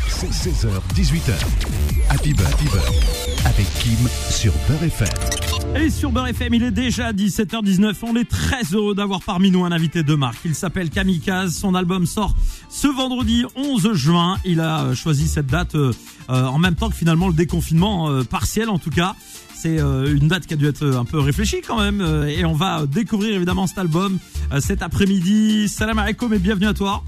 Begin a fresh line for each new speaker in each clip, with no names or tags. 16h, 18h. Happy Bird, Happy Bird, avec Kim sur Beurre FM.
Et sur Beurre FM, il est déjà 17h19. On est très heureux d'avoir parmi nous un invité de marque. Il s'appelle Kamikaze. Son album sort ce vendredi 11 juin. Il a euh, choisi cette date euh, euh, en même temps que finalement le déconfinement euh, partiel, en tout cas. C'est euh, une date qui a dû être euh, un peu réfléchie quand même. Euh, Et on va euh, découvrir évidemment cet album euh, cet après-midi. Salam alaikum et bienvenue à toi.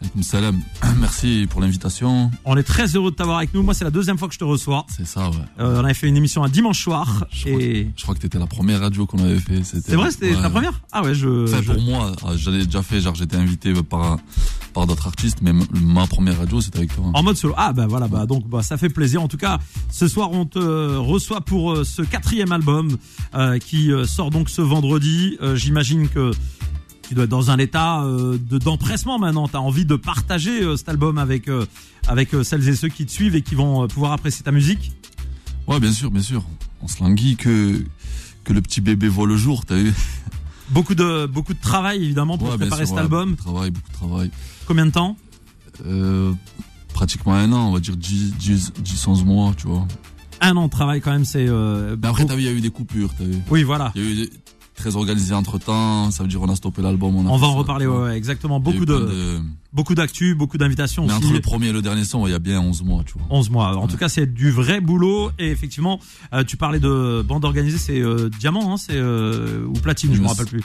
Alaikum salam. Merci pour l'invitation.
On est très heureux de t'avoir avec nous. Moi, c'est la deuxième fois que je te reçois.
C'est ça, ouais.
Euh, on avait fait une émission un dimanche soir.
Je crois,
Et
je crois que t'étais la première radio qu'on avait fait.
c'est vrai, c'était
ouais.
la première Ah ouais, je.
Enfin,
je-
pour moi, euh, j'avais déjà fait, genre, j'étais invité par, par d'autres artistes, mais m- ma première radio, c'était avec toi.
En mode solo. Ah bah voilà, bah donc bah, ça fait plaisir. En tout cas, ce soir on te euh, reçoit pour euh, ce quatrième album euh, qui euh, sort donc ce vendredi. Euh, J'imagine que tu dois être dans un état euh, de d'empressement maintenant. T'as envie de partager euh, cet album avec euh, avec euh, celles et ceux qui te suivent et qui vont euh, pouvoir apprécier ta musique.
Ouais, bien sûr, bien sûr. On se languit que, que le petit bébé voit le jour, t'as vu?
Beaucoup de beaucoup de travail évidemment pour
Ouais, bien
préparer
sûr,
cet
ouais,
album.
Beaucoup de travail, beaucoup de travail.
Combien de temps
Euh, pratiquement un an, on va dire 10, 10, 10 11 mois, tu vois.
Un an de travail quand même. C'est euh,
Mais Bah, après,
beaucoup-
t'as vu, il y a eu des coupures, t'as vu.
oui voilà.
Il y a eu des- très organisé entre temps, ça veut dire on a stoppé l'album.
On
a
va
fait
en
ça,
reparler.
tu
Ouais,
vois.
ouais, exactement.
Il y a eu
Beaucoup
plein
de beaucoup d'actu, beaucoup d'invitations
Mais
aussi.
entre le premier et le dernier son, ouais, il y a bien 11 mois, tu vois.
11 mois. En
Ouais.
tout cas, c'est du vrai boulot. Et effectivement, euh, tu parlais de bande organisée, c'est euh, diamant, hein, c'est euh, ou platine, je
Le
me rappelle plus.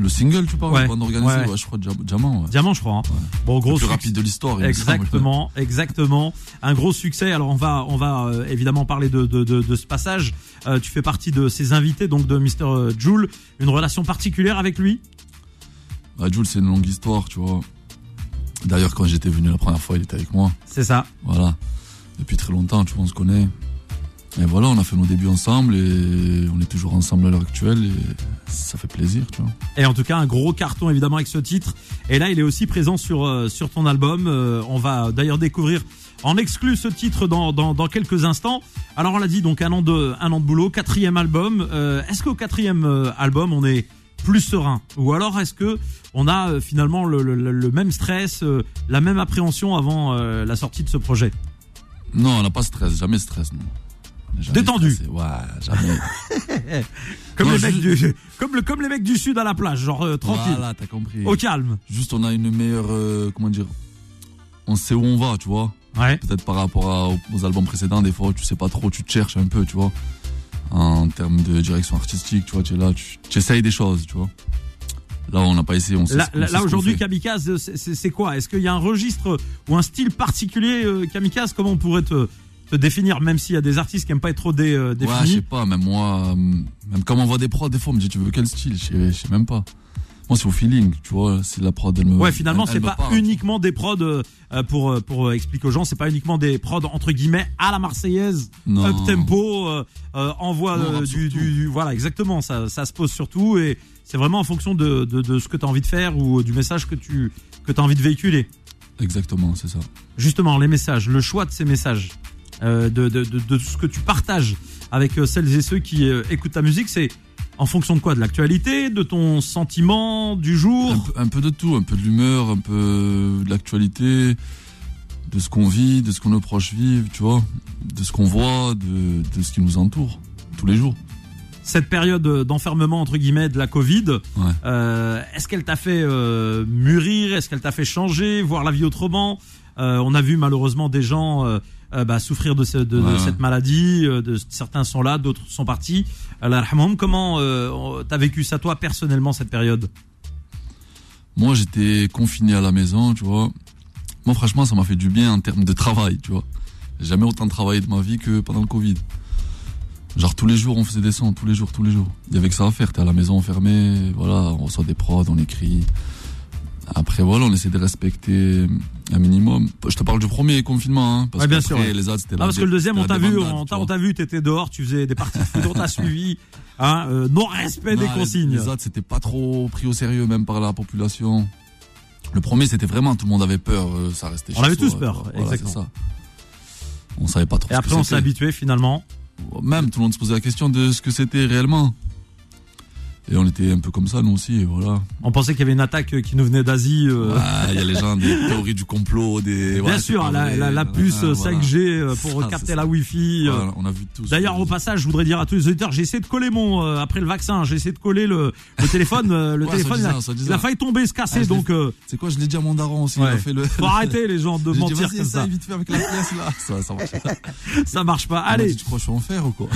Le single, tu parles,
Ouais.
ouais. bande organisée,
Ouais,
ouais.
ouais.
je crois, Diam- Diamant. Ouais.
Diamant, je crois. hein.
Ouais.
Bon,
Le
gros
plus
succès.
rapide de l'histoire. il me semble.
Exactement, exactement. Un gros succès. Alors on va, on va euh, évidemment parler de, de, de, de ce passage. Euh, tu fais partie de ses invités, donc de Mr. Joule. Une relation particulière avec lui.
Bah, Jules, c'est une longue histoire, tu vois. D'ailleurs, quand j'étais venu la première fois, il était avec moi.
C'est ça.
Voilà. Depuis très longtemps, tu vois, on se connaît. Et voilà, on a fait nos débuts ensemble et on est toujours ensemble à l'heure actuelle et ça fait plaisir, tu vois.
Et en tout cas, un gros carton évidemment avec ce titre. Et là, il est aussi présent sur euh, sur ton album. Euh, on va d'ailleurs découvrir en exclu ce titre dans, dans, dans quelques instants. Alors on l'a dit, donc un an de un an de boulot, quatrième album. Euh, est-ce qu'au quatrième euh, album, on est plus serein ou alors est-ce que on a euh, finalement le, le, le- le même stress, euh, la même appréhension avant euh, la sortie de ce projet
Non, on n'a pas de stress, jamais de stress, non. On est jamais
Détendu.
stressé. Ouais, jamais.
Comme
Non,
les
je-
mecs du comme le comme les mecs du sud à la plage, genre euh, tranquille,
Voilà, t'as compris.
au calme.
Juste, on a une meilleure. euh, comment dire On sait où on va, tu vois.
Ouais.
peut-être par rapport à- aux albums précédents, des fois tu sais pas trop, tu te cherches un peu, tu vois. En termes de direction artistique, tu vois, tu es là, tu tu essayes des choses, tu vois. Là, on n'a pas essayé, on sait
Là,
ce qu'on-
là,
sait
là,
ce qu'on
aujourd'hui,
fait.
Kamikaze, c'est- c'est c'est quoi Est-ce qu'il y a un registre ou un style particulier, euh, Kamikaze Comment on pourrait te, te définir, même s'il y a des artistes qui aiment pas être trop dé- euh,
Ouais, je
définis
sais pas, même moi, euh, même quand on voit des prods, des fois on me dit, tu veux quel style Je sais- je sais même pas. Moi, c'est au feeling, tu vois, si la prod, elle me.
Ouais, finalement,
elle- elle
c'est
me
pas
parle.
uniquement des prods euh, euh, pour euh, pour euh, expliquer aux gens, c'est pas uniquement des prods entre guillemets à la marseillaise,
Non.
up tempo, euh, euh, envoie
Non,
euh,
rap
du,
surtout.
du- du- voilà exactement, ça ça se pose surtout et c'est vraiment en fonction de de, de ce que tu as envie de faire ou du message que tu que tu as envie de véhiculer.
Exactement, c'est ça.
justement les messages, le choix de ces messages, euh, de, de, de, de ce que tu partages avec euh, celles et ceux qui euh, écoutent ta musique, c'est en fonction de quoi De l'actualité, de ton sentiment du
Un,
jour
peu- un peu de tout, un peu de l'humeur, un peu de l'actualité, de ce qu'on vit, de ce qu'on nos proches vivent, tu vois, de ce qu'on voit, de, de ce qui nous entoure tous les jours.
Cette période euh, d'enfermement, entre guillemets, de la Covid,
Ouais.
euh, est-ce qu'elle t'a fait euh, mûrir Est-ce qu'elle t'a fait changer, voir la vie autrement Euh, On a vu malheureusement des gens... euh, euh, bah, souffrir de, ce- de- de
Ouais.
cette maladie, euh, de, certains sont là, d'autres sont partis. Allah yarhamhum, comment euh, on- t'as vécu ça toi personnellement cette période
Moi, j'étais confiné à la maison, tu vois. Moi, franchement, ça m'a fait du bien en termes de travail, tu vois. J'ai jamais autant travaillé de ma vie que pendant le Covid. Genre, tous les jours, on faisait des sons, tous les jours, tous les jours. Il y avait que ça à faire. T'es à la maison enfermé, voilà, on reçoit des prods, on écrit. Après, voilà, on essaie de respecter un minimum. Je te parle du premier confinement, hein. Parce
Ouais, bien
qu'après,
sûr, ouais.
les autres, c'était
Ah,
la
parce que le deuxième, on
c'était
t'a
la
vu,
débandade,
on t'a-
tu
on t'a vu, t'étais dehors, tu faisais des parties de foot, on t'a suivi. Hein, euh, non respect des
Non, les-
consignes.
Les autres, c'était pas trop pris au sérieux, même par la population. Le premier, c'était vraiment, tout le monde avait peur, euh, ça restait
On
chez
avait
soi,
tous peur,
tu vois. Voilà,
exactement.
c'est ça. On savait pas trop
Et
ce
après, on
que
s'est
c'était.
habitué finalement.
Même, tout le monde se posait la question de ce que c'était réellement. Et on était un peu comme ça, nous aussi, et voilà.
On pensait qu'il y avait une attaque qui nous venait d'Asie. euh,
Ah, Il y a les gens des théories du complot, des.
Bien
voilà, c'est
sûr,
pas
la,
vrai,
la- la
nanana,
puce euh,
voilà.
5G euh, pour
Ah, c'est
capter
ça.
la Wi-Fi. euh,
Voilà, on a vu tout. ça.
D'ailleurs, au passage, je voudrais dire à tous les auditeurs, j'ai essayé de coller mon euh, après le vaccin, j'ai essayé de coller le, le téléphone, euh, le
Ouais,
téléphone, il a,
soi-disant,
il a
soi-disant.
failli tomber, se casser,
Ah, je l'ai-
donc euh,
C'est quoi Je l'ai dit à mon daron aussi. Il
Ouais.
a fait le.
faut arrêter les gens de
J'ai dit,
mentir
vas-y,
comme ça,
essaye vite fait avec la pièce là. Ça, ça marche. pas.
ça marche pas.
On m'a
Allez,
dit, Ah, tu crois que je suis en fer ou quoi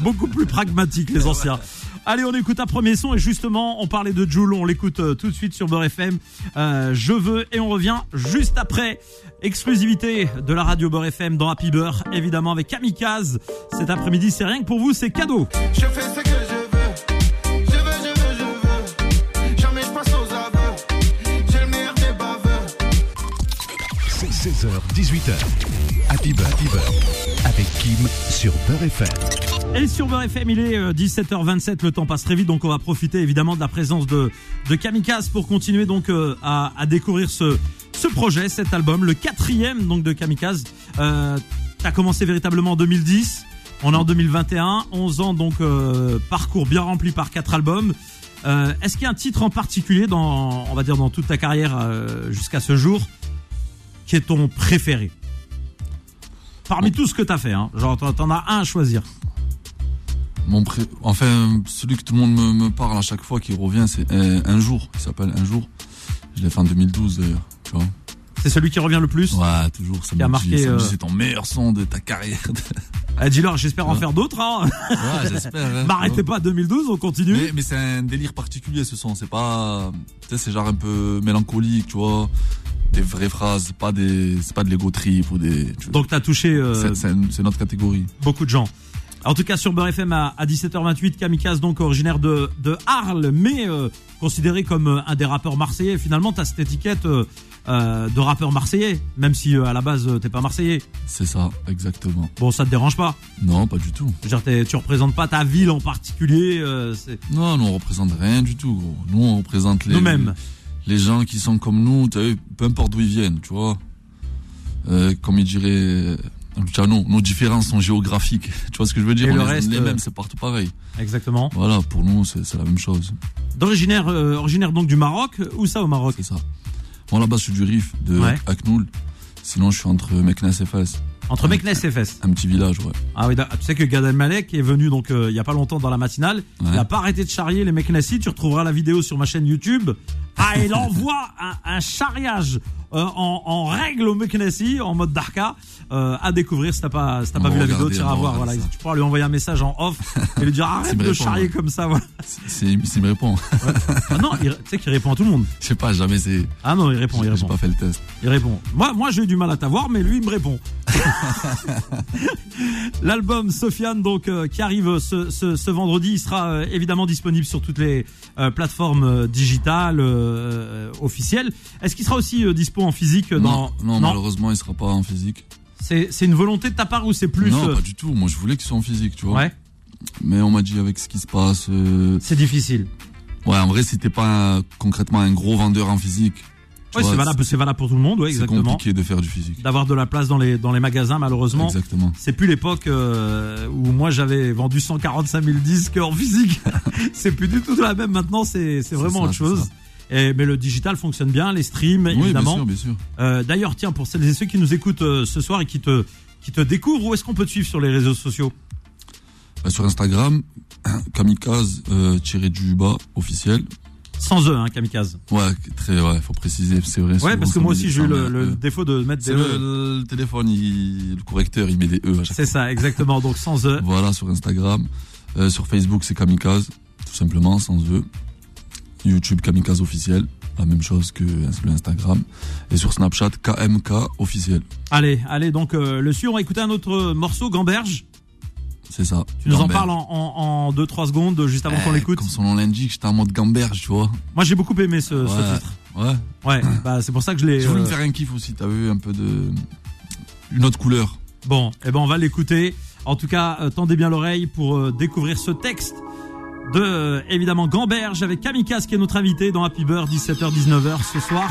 beaucoup plus pragmatique les anciens. Allez, on écoute un premier son et justement, on parlait de Joule, on l'écoute euh, tout de suite sur Beurre FM. Euh, je veux et on revient juste après. Exclusivité de la radio Beurre FM dans Happy Beurre, évidemment avec Kamikaze. Cet après-midi, c'est rien que pour vous, c'est cadeau.
Je fais ce que je veux, je veux, je veux, je veux. Jamais je passe aux aveux, j'ai le meilleur des baveux.
C'est 16h, 18h. Happy Beurre, Happy Beurre, avec Kim sur Beurre FM.
Et sur Beurre FM, il est euh, 17h27, le temps passe très vite, donc on va profiter évidemment de la présence de, de Kamikaze pour continuer donc euh, à, à découvrir ce, ce projet, cet album, le quatrième donc de Kamikaze. Euh, T'as commencé véritablement en 2010, on est en 2021, 11 ans donc euh, parcours bien rempli par quatre albums. Euh, Est-ce qu'il y a un titre en particulier dans, on va dire dans toute ta carrière euh, jusqu'à ce jour, qui est ton préféré Parmi tout ce que t'as fait, hein, genre t'en t'en as un à choisir.
Mon pré... Enfin, celui que tout le monde me, me parle à chaque fois qui revient, c'est euh, Un jour. Il s'appelle Un jour. Je l'ai fait en 2012 d'ailleurs. Tu vois
C'est celui qui revient le plus.
Ouais, toujours. Ça
Qui a
me dit-
marqué,
ça me dit,
euh,
C'est ton meilleur son de ta carrière.
Eh, Dis-leur, j'espère en
Ouais.
faire d'autres. Hein.
ouais, j'espère. hein, tu vois.
M'arrêtez Bah, pas à 2012, on continue.
Mais, mais c'est un délire particulier ce son, c'est pas. Tu sais, c'est genre un peu mélancolique, tu vois. Des vraies phrases, pas des. C'est pas de l'ego trip ou des. tu vois.
Donc t'as touché euh,
C'est- c'est un- c'est notre catégorie.
beaucoup de gens. En tout cas, sur Beurre FM à, à 17h28, Kamikaze, donc originaire de, de Arles, mais euh, considéré comme euh, un des rappeurs marseillais. Finalement, t'as cette étiquette euh, euh, de rappeur marseillais, même si euh, à la base euh, t'es pas marseillais.
C'est ça, exactement.
Bon, ça te dérange pas.
Non, pas du tout.
Je veux dire, t'es- tu représentes pas ta ville en particulier. euh, c'est-
Non, nous on représente rien du tout, gros. Nous on représente les.
Nous-mêmes.
Les gens qui sont comme nous, t'as vu, peu importe d'où ils viennent, tu vois. Euh, comme il dirait. euh, Luciano, nos différences sont géographiques. Tu vois ce que je veux dire
Et
On
le
est-
reste,
Les
euh,
mêmes, c'est partout pareil.
Exactement.
Voilà, pour nous, c'est c'est la même chose.
D'originaire, euh, originaire donc du Maroc. Où ça au Maroc
C'est ça. Moi là-bas, je suis du Rif, de
Ouais.
Aknoul. Sinon, je suis entre Meknes et Fès.
Entre Meknes et Fès.
Un petit village, ouais.
Ah oui, d'accord. tu sais que Gad Elmalek est venu donc euh, il y a pas longtemps dans la matinale. Il a pas arrêté de charrier les Meknassi. Tu retrouveras la vidéo sur ma chaîne YouTube. Ah, il envoie un, un charriage euh, en, en règle aux Meknassi en mode Darka euh, à découvrir. Si t'as pas, si t'as pas
On
vu la
va
vidéo,
regarder,
tu iras
on va
voir. Voilà,
regarder ça.
tu pourras lui envoyer un message en off et lui dire arrête
S'il me
de
répond,
charrier
ouais.
comme ça. Voilà.
C'est, il me répond.
Ah non, il- tu sais qu'il répond à tout le monde.
je sais pas, jamais c'est.
Ah non, il répond, il
j'ai, j'ai
répond.
pas fait le test.
Il répond. Moi, moi j'ai eu du mal à t'avoir, mais lui, il me répond. L'album Sofiane, donc, euh, qui arrive ce, ce- ce vendredi, il sera euh, évidemment disponible sur toutes les euh, plateformes euh, digitales euh, officielles. Est-ce qu'il sera aussi euh, dispo en physique euh, dans...
non, non, malheureusement, il sera pas en physique.
C'est c'est une volonté de ta part ou c'est plus...
non,
euh,
pas du tout. Moi, je voulais qu'il soit en physique, tu vois.
ouais,
Mais on m'a dit avec ce qui se passe. euh,
c'est difficile.
Ouais, en vrai, si t'es pas un- concrètement un gros vendeur en physique. tu
Ouais,
vois,
c'est valable, c'est valable pour tout le monde, ouais,
c'est
exactement.
compliqué de faire du physique.
D'avoir de la place dans les, dans les magasins, malheureusement.
Exactement.
C'est plus l'époque euh, où moi j'avais vendu 145 000 disques en physique. c'est plus du tout la même maintenant, c'est c'est vraiment
ça,
autre
c'est
chose.
ça.
Et, mais le digital fonctionne bien, les streams
Oui, bien
évidemment.
sûr, bien sûr.
Euh, D'ailleurs, tiens, pour celles et ceux qui nous écoutent euh, ce soir et qui te, qui te découvrent, où est-ce qu'on peut te suivre sur les réseaux sociaux
Bah, sur Instagram, kamikaze euh, tiré du bas officiel.
Sans eux, hein, Kamikaze.
Ouais, très, ouais, faut préciser, c'est vrai.
Ouais,
souvent,
parce que
ça
moi
me dit
aussi j'ai
ça,
eu le,
mais,
le
euh,
défaut de mettre des
C'est
E.
le, le téléphone, il- le correcteur, il met des E à chaque
C'est ça, exactement. Donc sans E. eux.
fois. Voilà, sur Instagram. Euh, sur Facebook, c'est Kamikaze, tout simplement, sans E. YouTube, Kamikaze officiel, la même chose que le Instagram. Et sur Snapchat, KMK officiel.
Allez, allez, donc euh, le suivre, on va écouter un autre euh, morceau, Gamberge.
C'est ça.
Tu nous en
Gamberge.
parles en 2-3 secondes, euh, juste avant qu'on
Eh,
l'écoute.
Comme son nom l'indique, j'étais en mode gamberge, tu vois.
Moi j'ai beaucoup aimé ce- Euh, ce
Ouais.
titre.
Ouais.
Ouais, bah c'est pour ça que je l'ai.
J'ai voulu
euh,
me faire un kiff aussi, t'as vu, un peu de. Une autre couleur.
Bon, eh ben on va l'écouter. En tout cas, euh, tendez bien l'oreille pour euh, découvrir ce texte de euh, évidemment Gamberge avec Kamikaze qui est notre invité dans Happy Bird 17h-19h ce soir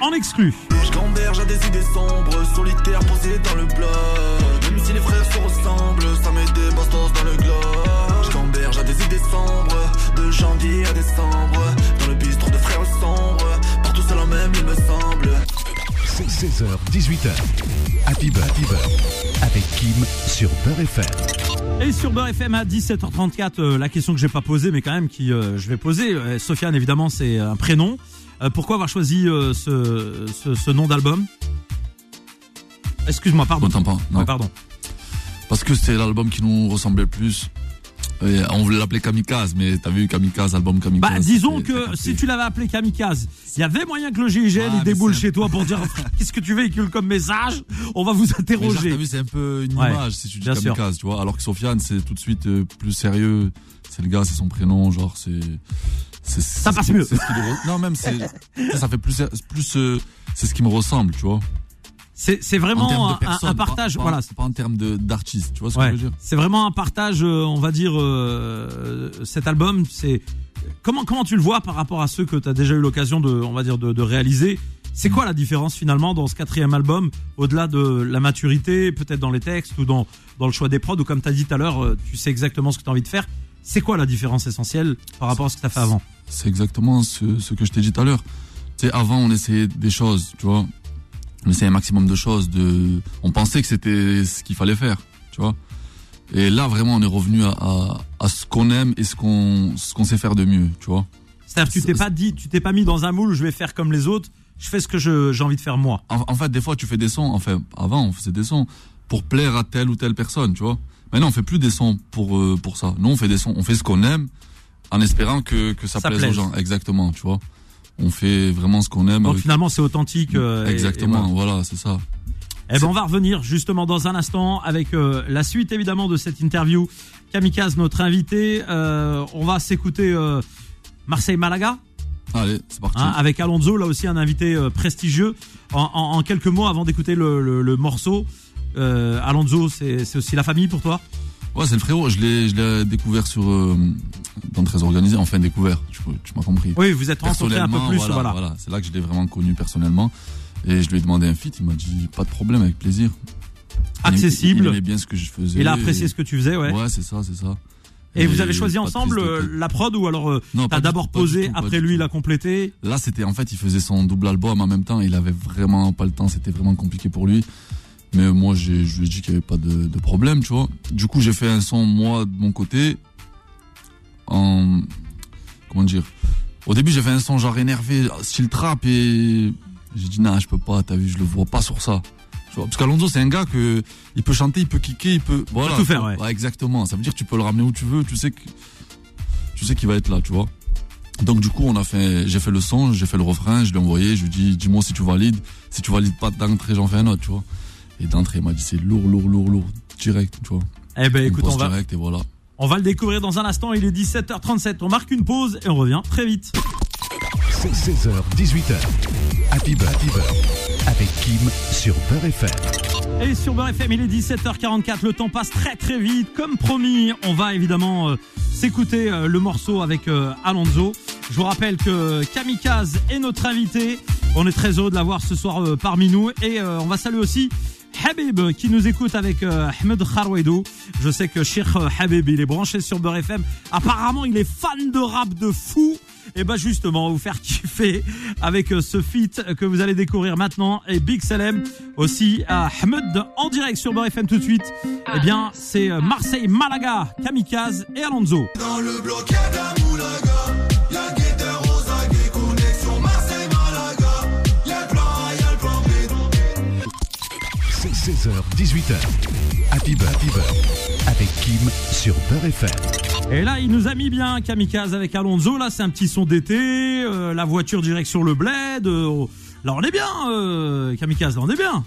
en exclu.
Je gamberge à des idées sombres, solitaire posé dans le bloc. Même si les frères se ressemblent, ça met des bastos dans le globe. Je gamberge à des idées sombres, janvier à décembre Dans le bistrot de frères sombres Partout seul en même il me semble
16h, 18h. Happy Bird, Happy Bird, avec Kim sur Beurre FM.
Et sur Beurre FM à 17h34, euh, la question que j'ai pas posée, mais quand même qui euh, je vais poser. Euh, Sofiane, évidemment, c'est un prénom. Euh, pourquoi avoir choisi euh, ce, ce- ce nom d'album Excuse-moi, pardon.
J'entends pas. non.
Ouais, pardon.
Parce que c'est l'album qui nous ressemblait le plus. Et on voulait l'appeler Kamikaze, mais t'as vu Kamikaze, album Kamikaze.
Bah, disons
c'est- c'est
que
capté.
si tu l'avais appelé Kamikaze, il y avait moyen que le GIGN
Ouais,
il
mais
déboule
c'est-
chez toi pour dire Frère, qu'est-ce que tu véhicules comme message On va vous
Mais genre,
interroger.
t'as vu, c'est un peu une
Ouais.
image.
si tu dis
Bien sûr.
Kamikaze, tu vois. Alors que Sofiane, c'est tout de suite euh, plus sérieux. C'est le gars, c'est son prénom, genre, c'est. c'est- c'est-
passe mieux.
c'est ce qui le re- non, même, c'est. ça, ça fait plus. plus euh, c'est ce qui me ressemble, tu vois.
C'est c'est
En termes
vraiment
de
un- un,
personne,
un partage.
Pas, pas-
voilà,
pas en termes de- d'artiste, tu vois ce
Ouais.
que je veux dire.
C'est vraiment un partage, euh, on va dire, euh, cet album. C'est comment comment tu le vois par rapport à ceux que tu as déjà eu l'occasion de, on va dire, de, de réaliser. C'est quoi la différence finalement dans ce quatrième album, au-delà de la maturité, peut-être dans les textes ou dans dans le choix des prods ou comme tu as dit tout à l'heure, euh, tu sais exactement ce que tu as envie de faire. C'est quoi la différence essentielle par rapport à ce que tu as fait avant
C'est exactement ce, ce que je t'ai dit tout à l'heure. Tu sais, avant, on essayait des choses, tu vois. On essayait un maximum de choses. De... On pensait que c'était ce qu'il fallait faire, tu vois. Et là, vraiment, on est revenu à, à, à ce qu'on aime et ce qu'on ce qu'on sait faire de mieux, tu vois.
C'est-à-dire, tu t'es pas dit, tu t'es pas mis dans un moule. Je vais faire comme les autres. Je fais ce que je- j'ai envie de faire moi.
En, en fait, des fois, tu fais des sons. Enfin, avant, on faisait des sons pour plaire à telle ou telle personne, tu vois. Maintenant, on fait plus des sons pour euh, pour ça. Nous, on fait des sons. On fait ce qu'on aime, en espérant que que ça,
Ça
plaise,
plaise.
aux gens. Exactement, tu vois. On fait vraiment ce qu'on aime.
Donc
avec-
finalement, c'est authentique. euh, et- et
Bah Exactement.
voilà.
voilà, c'est ça.
Eh ben, on va revenir justement dans un instant avec euh, la suite évidemment de cette interview. Kamikaze, notre invité, Euh, on va s'écouter euh, Marseille-Malaga
Allez, c'est parti.
hein, avec Alonso, là aussi un invité euh, prestigieux. En, en- en quelques mots avant d'écouter le, le- le morceau, euh, Alonso, c'est c'est aussi la famille pour toi
Ouais, c'est le frérot. Je l'ai, je l'ai découvert sur euh, dans Très Organisé. Enfin, découvert. Tu, tu m'as compris.
Oui, vous êtes rencontrés un peu plus, voilà.
voilà, voilà. C'est là que je l'ai vraiment connu personnellement. Et je lui ai demandé un feat. Il m'a dit pas de problème, avec plaisir. Il- Il,
accessible.
aimait bien ce que je faisais.
Il a apprécié ce que tu faisais, ouais.
Ouais, c'est ça, c'est ça.
Et, vous avez choisi
pas de
ensemble
prise de
euh,
tête.
la prod ou alors euh,
Non, pas
t'as
du-
d'abord
pas du
posé,
tout, pas
après
du
lui il
tout.
a complété.
Là, c'était en fait, il faisait son double album en même temps. Il avait vraiment pas le temps. C'était vraiment compliqué pour lui. Mais moi, j'ai- je lui ai dit qu'il n'y avait pas de, de problème, tu vois. Du coup, j'ai fait un son, moi, de mon côté. En. Comment dire Au début, j'ai fait un son genre énervé, style trap. Et j'ai dit, non, je peux pas, t'as vu, je le vois pas sur ça. Tu vois, parce qu'Alonso, c'est un gars que. Il peut chanter, il peut kicker, il peut. Voilà.
tout faire, ouais.
Exactement. Ça veut dire que tu peux le ramener où tu veux. Tu sais que. Tu sais qu'il va être là, tu vois. Donc du coup, on a fait, j'ai fait le son, j'ai fait le refrain, je l'ai envoyé, je lui dis, dis-moi si tu valides, si tu valides pas d'entrée, j'en fais un autre, tu vois. Et d'entrée, il m'a dit c'est lourd, lourd, lourd, lourd, direct, tu vois.
Eh ben
Une
écoute,
pause
on va,
direct et voilà.
on va le découvrir dans un instant. Il est 17h37. On marque une pause et on revient très vite.
16h, 18h. Happy Bird, Happy Bird, avec Kim sur Beurre FM.
Et sur Beurre FM, il est 17h44, le temps passe très très vite. Comme promis, on va évidemment euh, s'écouter euh, le morceau avec euh, Alonso. Je vous rappelle que Kamikaze est notre invité. On est très heureux de l'avoir ce soir euh, parmi nous. Et euh, on va saluer aussi Habib qui nous écoute avec euh, Ahmed Kharouedou. Je sais que Cheikh euh, Habib, il est branché sur Beurre FM. Apparemment, il est fan de rap de fou. Et ben justement, on va vous faire kiffer avec euh, ce feat que vous allez découvrir maintenant et Big Salem aussi à Ahmed en direct sur Beurre FM tout de suite. Eh bien, c'est euh, Marseille, Malaga, Kamikaze et Alonso.
Dans le bloc, y'a de la moulaga. Y'a guetteur aux aguets, connexion Marseille-Malaga. Y'a le plan A, y'a le plan B.
16h, 18h. Happy Bird, Happy Bird, avec Kim sur Beurre FM.
Et là, il nous a mis bien Kamikaze avec Alonso. Là, c'est un petit son d'été, euh, la voiture direct sur le bled. euh, oh. là, on est bien, euh, Kamikaze, là, on est bien.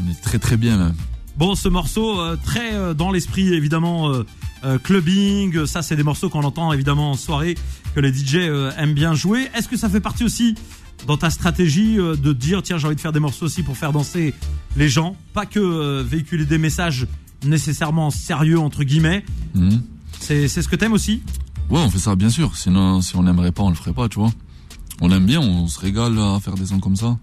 On est très très bien même.
Bon, ce morceau, euh, très euh, dans l'esprit, évidemment, euh, euh, clubbing, euh, ça c'est des morceaux qu'on entend évidemment en soirée, que les DJ euh, aiment bien jouer. Est-ce que ça fait partie aussi dans ta stratégie euh, de dire, tiens, j'ai envie de faire des morceaux aussi pour faire danser les gens, pas que euh, véhiculer des messages nécessairement sérieux, entre guillemets,
Mhm.
c'est c'est ce que t'aimes aussi
Ouais, on fait ça bien sûr. Sinon, si on n'aimerait pas, on le ferait pas, tu vois. On aime bien, on se régale à faire des sons comme ça.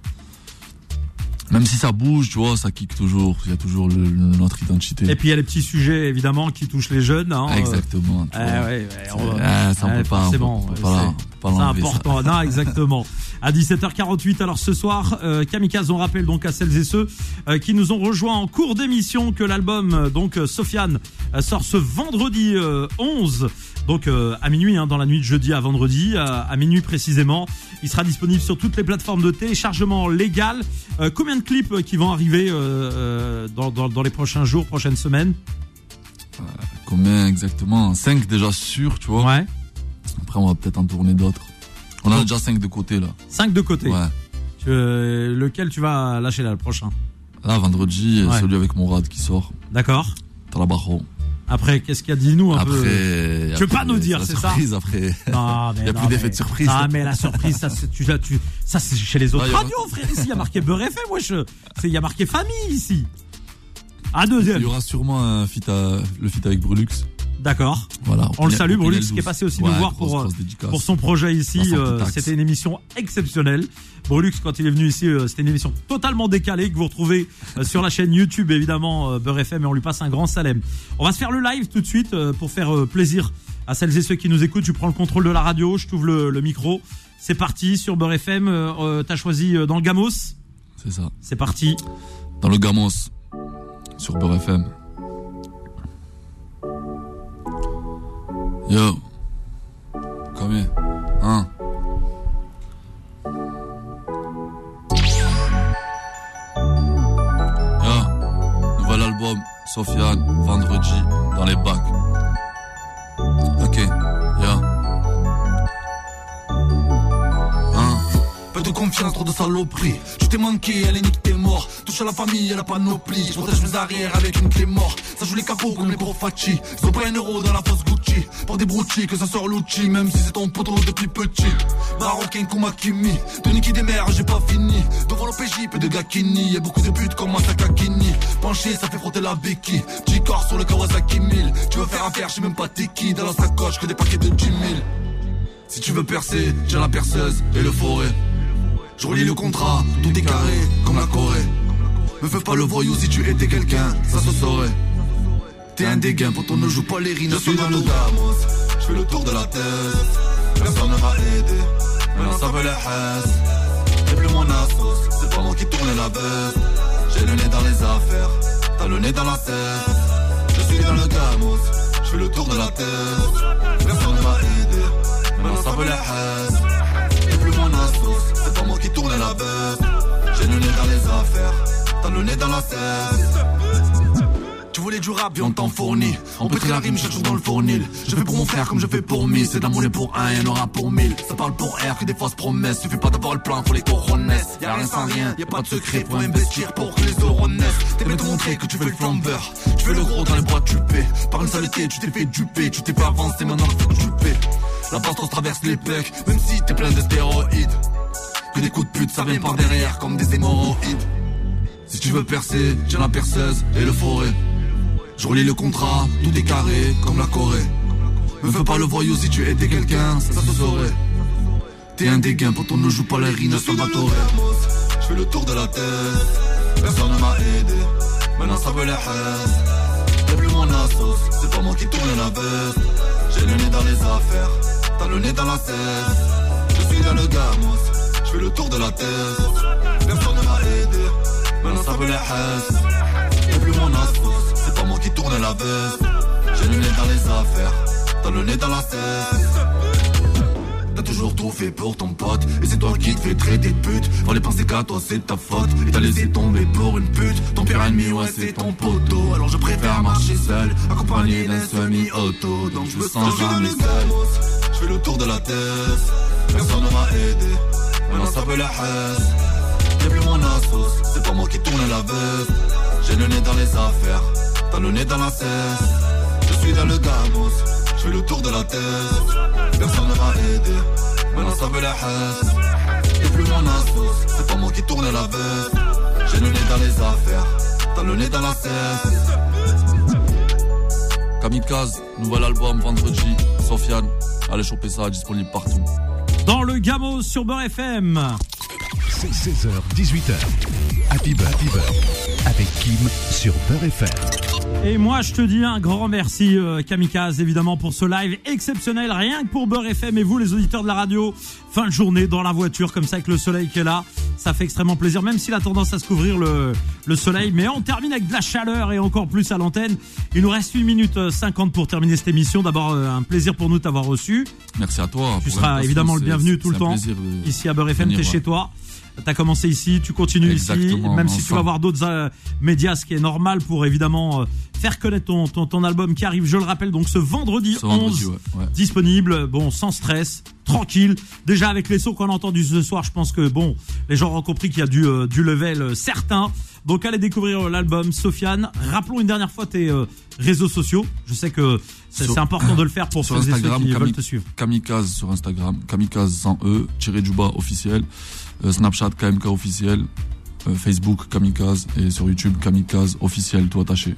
Même si ça bouge, tu vois, ça kick toujours. Il y a toujours le- le- notre identité.
Et puis il y a les petits sujets évidemment qui touchent les jeunes. hein, euh,
Exactement. tu
Ah
vois.
ouais, ouais, on va-
Ah, ça, on
Ouais,
peut pas. on peut-
forcément,
on peut
ouais,
pas-
c'est-
on peut pas
C'est
l'enlever, ça.
important. Non, exactement. À 17h48, alors ce soir, euh, Kamikaze, on rappelle donc à celles et ceux euh, qui nous ont rejoints en cours d'émission que l'album, euh, donc euh, Sofiane, euh, sort ce vendredi euh, 11, donc euh, à minuit, hein, dans la nuit de jeudi à vendredi, euh, à minuit précisément. Il sera disponible sur toutes les plateformes de téléchargement légal. Euh, combien de clips euh, qui vont arriver euh, euh, dans, dans- dans les prochains jours, prochaines semaines
Combien exactement 5 déjà sûrs, tu vois.
Ouais.
Après, on va peut-être en tourner d'autres. On en a déjà 5 de côté, là.
5 de côté.
Ouais.
Tu- euh, lequel tu vas lâcher là, le prochain
Là, vendredi, euh,
Ouais.
celui avec Mourad qui sort.
D'accord.
Talabarro.
Après, qu'est-ce qu'il y a Dis-nous un peu.
Après.
Tu veux pas
après,
nous dire,
la
c'est ça
surprise, après.
Non, mais
Il y a
non,
plus
mais-
d'effet de surprise.
Ah, mais la surprise, ça, c'est, tu, là, tu, ça, c'est chez les autres
Ah, il y a-
radios, frère. Ici, il y a marqué Beurre FM, wesh. C'est- Il y a marqué famille ici. Ah,
Il
deuxième.
y aura sûrement un feat à- le feat avec Brulux.
D'accord.
Voilà.
On le salue,
Opinel
Brulux,
12.
qui est passé aussi nous
Ouais,
voir
grosse,
pour, euh,
grosse dédicace.
Pour son projet ici,
Vincent
euh,
Pitax.
c'était une émission exceptionnelle. Brulux, quand il est venu ici, euh, c'était une émission totalement décalée que vous retrouvez euh, sur la chaîne YouTube, évidemment, euh, Beurre FM, et on lui passe un grand salem. On va se faire le live tout de suite euh, pour faire euh, plaisir à celles et ceux qui nous écoutent. Tu prends le contrôle de la radio, je t'ouvre le, le micro. C'est parti sur Beurre FM. euh, euh, T'as choisi euh, dans le Gamos.
C'est ça.
C'est parti.
Dans le Gamos. Sur Beurre FM. Yo. Combien Un. Yo. Nouvel album. Sofiane. Vendredi. Dans les bacs. Ok. Yo. Un.
Peu de confiance, trop de saloperies. Tu t'es manqué, elle est nique, t'es mort. Touche à la famille, elle a panoplie. Je protège mes arrières avec une clé mort. Ça joue les capots comme les gros fachis. Ils ont pas un euro dans la fosse Gucci. Pour des broutilles que ça sort l'outil, même si c'est ton poteau depuis petit. Marocain comme Hakimi. De niquer des mères, j'ai pas fini. Devant l'OPJ, peu de gakini. Y'a beaucoup de putes comme un Sakakini. Penché, ça fait frotter la béquille. Petit corps sur le Kawasaki 1000. Tu veux faire affaire, je sais même pas t'es qui. Dans la sacoche, que des paquets de 10 000. Si tu veux percer, j'ai la perceuse et le forêt. Je relis le contrat, tout est carré, comme la Corée. Me fais pas le voyou si tu étais quelqu'un, ça se saurait. T'es un dégain, pourtant ne joue pas les rines. Je suis dans le Damos, je fais le tour de la thèse. Personne ne m'a aidé, maintenant ça veut la haisse. J'ai plus mon assos, c'est pas moi qui tourne la veste. J'ai le nez dans les affaires, t'as le nez dans la tête. Je suis dans le Damos, je fais le tour de la thèse. Personne ne m'a aidé, maintenant ça veut la haisse. J'ai plus mon assos, c'est pas moi qui tourne la veste. J'ai le nez dans les affaires, t'as le nez dans la tête. Tu voulais du rap, viens on t'en fournit. On pète la rime chaque jour dans le fournil. Je fais pour mon frère comme je fais pour mi. C'est de la monnaie pour un, y'en aura pour mille. Ça parle pour air que des fausses promesses. Suffit pas d'avoir le plan, faut les couronnes. Y'a rien sans rien, y'a pas de secret. Faut investir pour que les euros naissent. T'aimes te montrer que tu fais le flambeur. Tu fais le gros dans les boîtes, tu paies. Par une saleté, tu t'es fait duper. Tu t'es fait avancer, maintenant faut que tu paies. La on traverse les pecs, même si t'es plein de stéroïdes. Que des coups de pute, ça vient par derrière comme des hémorroïdes. Si tu veux percer, j'ai la perceuse et le forêt. Je relis le contrat, tout est carré comme la Corée. Me fais pas le voyou si tu étais quelqu'un, ça se saurait. T'es un dégain, pourtant ne joue pas les rines, Salvatore. Je fais le tour de la tête, personne ne m'a aidé. Maintenant ça veut la haine. J'ai plus mon assos, c'est pas moi qui tourne la veste. J'ai le nez dans les affaires, t'as le nez dans la tête. Je suis dans le gamos, je fais le tour de la tête. Personne ne m'a aidé, maintenant ça veut la haine. J'ai plus mon assos, c'est pas moi qui tourne la veste. J'ai le nez dans les affaires, t'as le nez dans la tête. T'as toujours tout fait pour ton pote Et c'est toi qui te fais traiter de pute Fallait penser qu'à toi c'est ta faute Et t'as laissé tomber pour une pute Ton pire ennemi ouais c'est ton poteau Alors je préfère marcher seul Accompagné d'un semi-auto Donc je me sens jamais seul Je fais le tour de la tête Personne ne m'a aidé Maintenant ça veut la haine J'ai plus mon assos C'est pas moi qui tourne la veste J'ai le nez dans les affaires T'as le nez dans la cesse Je suis dans le gamos Je fais le tour de la tête Personne ne m'a aidé, maintenant ça veut la haine. Et plus mon assos, c'est pas moi qui tourne la veste. J'ai le nez dans les affaires, t'as le nez dans la cesse. Kamikaze, nouvel album vendredi, Sofiane. Allez choper ça, disponible partout.
Dans le Gamos sur Beurre FM.
C'est- 16h, 18h. Happy Bird, Happy Bird, avec Kim sur Beurre FM.
Et moi, je te dis un grand merci, euh, Kamikaze, évidemment, pour ce live exceptionnel, rien que pour Beurre FM et vous, les auditeurs de la radio. Fin de journée, dans la voiture, comme ça, avec le soleil qui est là. Ça fait extrêmement plaisir, même s'il a tendance à se couvrir le, le soleil. Mais on termine avec de la chaleur et encore plus à l'antenne. Il nous reste 8 minutes euh, 50 pour terminer cette émission. D'abord, euh, un plaisir pour nous de t'avoir reçu.
Merci à toi.
Tu
pour
seras
l'invitation,
évidemment le
c'est-
bienvenu tout
c'est
le
un
temps.
plaisir euh, de-
Ici à Beurre FM, t'es
venir, ouais.
chez toi. T'as commencé ici, tu continues ici,
Exactement,
même si tu
enfin.
vas voir d'autres euh, médias, ce qui est normal pour évidemment euh, faire connaître ton, ton, ton album qui arrive, je le rappelle, donc ce vendredi
Ce
11,
vendredi, ouais, ouais.
disponible, bon, sans stress, tranquille. Déjà avec les sons qu'on a entendus ce soir, je pense que bon, les gens ont compris qu'il y a du, euh, du level euh, certain. Donc allez découvrir euh, l'album Sofiane. Rappelons une dernière fois tes euh, réseaux sociaux. Je sais que c'est
Sur-
c'est important de le faire pour
sur
ceux et ceux
Instagram,
qui veulent
Camille-
te suivre.
Kamikaze sur Instagram, Kamikaze sans E, tiré du bas officiel, Euh, Snapchat KMK officiel, euh, Facebook Kamikaze et sur YouTube Kamikaze officiel, tout attaché.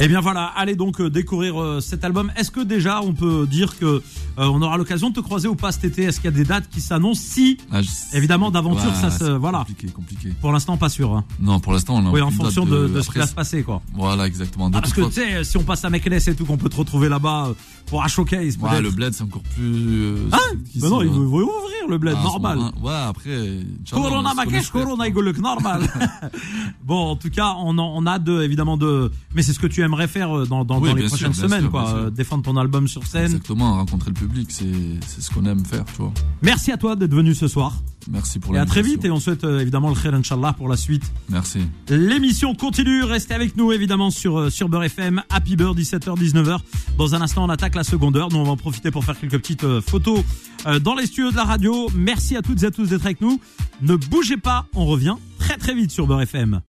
Et Eh bien voilà, allez donc euh, découvrir euh, cet album. Est-ce que déjà on peut dire que euh, on aura l'occasion de te croiser ou pas cet été Est-ce qu'il y a des dates qui s'annoncent Si,
Là, Ah, je-
évidemment, d'aventure,
Ouais,
ça se
c'est
voilà.
Compliqué, compliqué.
Pour l'instant, pas sûr. hein.
Non, pour l'instant, on a
Oui, en
aucune
fonction
date
de, de ce qui
après,
va se passer, quoi.
Voilà, exactement. De
Ah, parce
toute
que tu
façon-
sais, si on passe à Meknes et tout, qu'on peut te retrouver là-bas euh, pour un showcase, peut-être.
Ouais, le bled, c'est encore plus. euh,
Ah,
qui
Mais non,
c'est,
ils
là
vont ils vont ouvrir le bled,
Ah, à ce
normal.
moment-là. Ouais, après. Inch'Allah,
Corona
on va se
Makesh,
connaître,
Corona
quoi.
Igolok, normal. bon, en tout cas, on, en- on a de, évidemment de. Mais c'est ce que tu aimerais faire euh, dans, dans,
Oui,
dans les
bien sûr,
prochaines
bien
semaines,
sûr,
quoi.
bien sûr.
Euh, Défendre ton album sur scène.
Exactement, rencontrer le public, c'est c'est ce qu'on aime faire, tu vois.
Merci à toi d'être venu ce soir.
Merci pour
Et à très vite. Et
l'invitation.
on souhaite euh, évidemment le khair, Inch'Allah, pour la suite.
Merci.
L'émission continue. Restez avec nous, évidemment, sur, euh, sur Beurre FM. Happy Bird, 17h, 19h. Dans un instant, on attaque la seconde heure. Nous, on va en profiter pour faire quelques petites euh, photos euh, dans les studios de la radio. Merci à toutes et à tous d'être avec nous. Ne bougez pas. On revient très, très vite sur Beurre FM.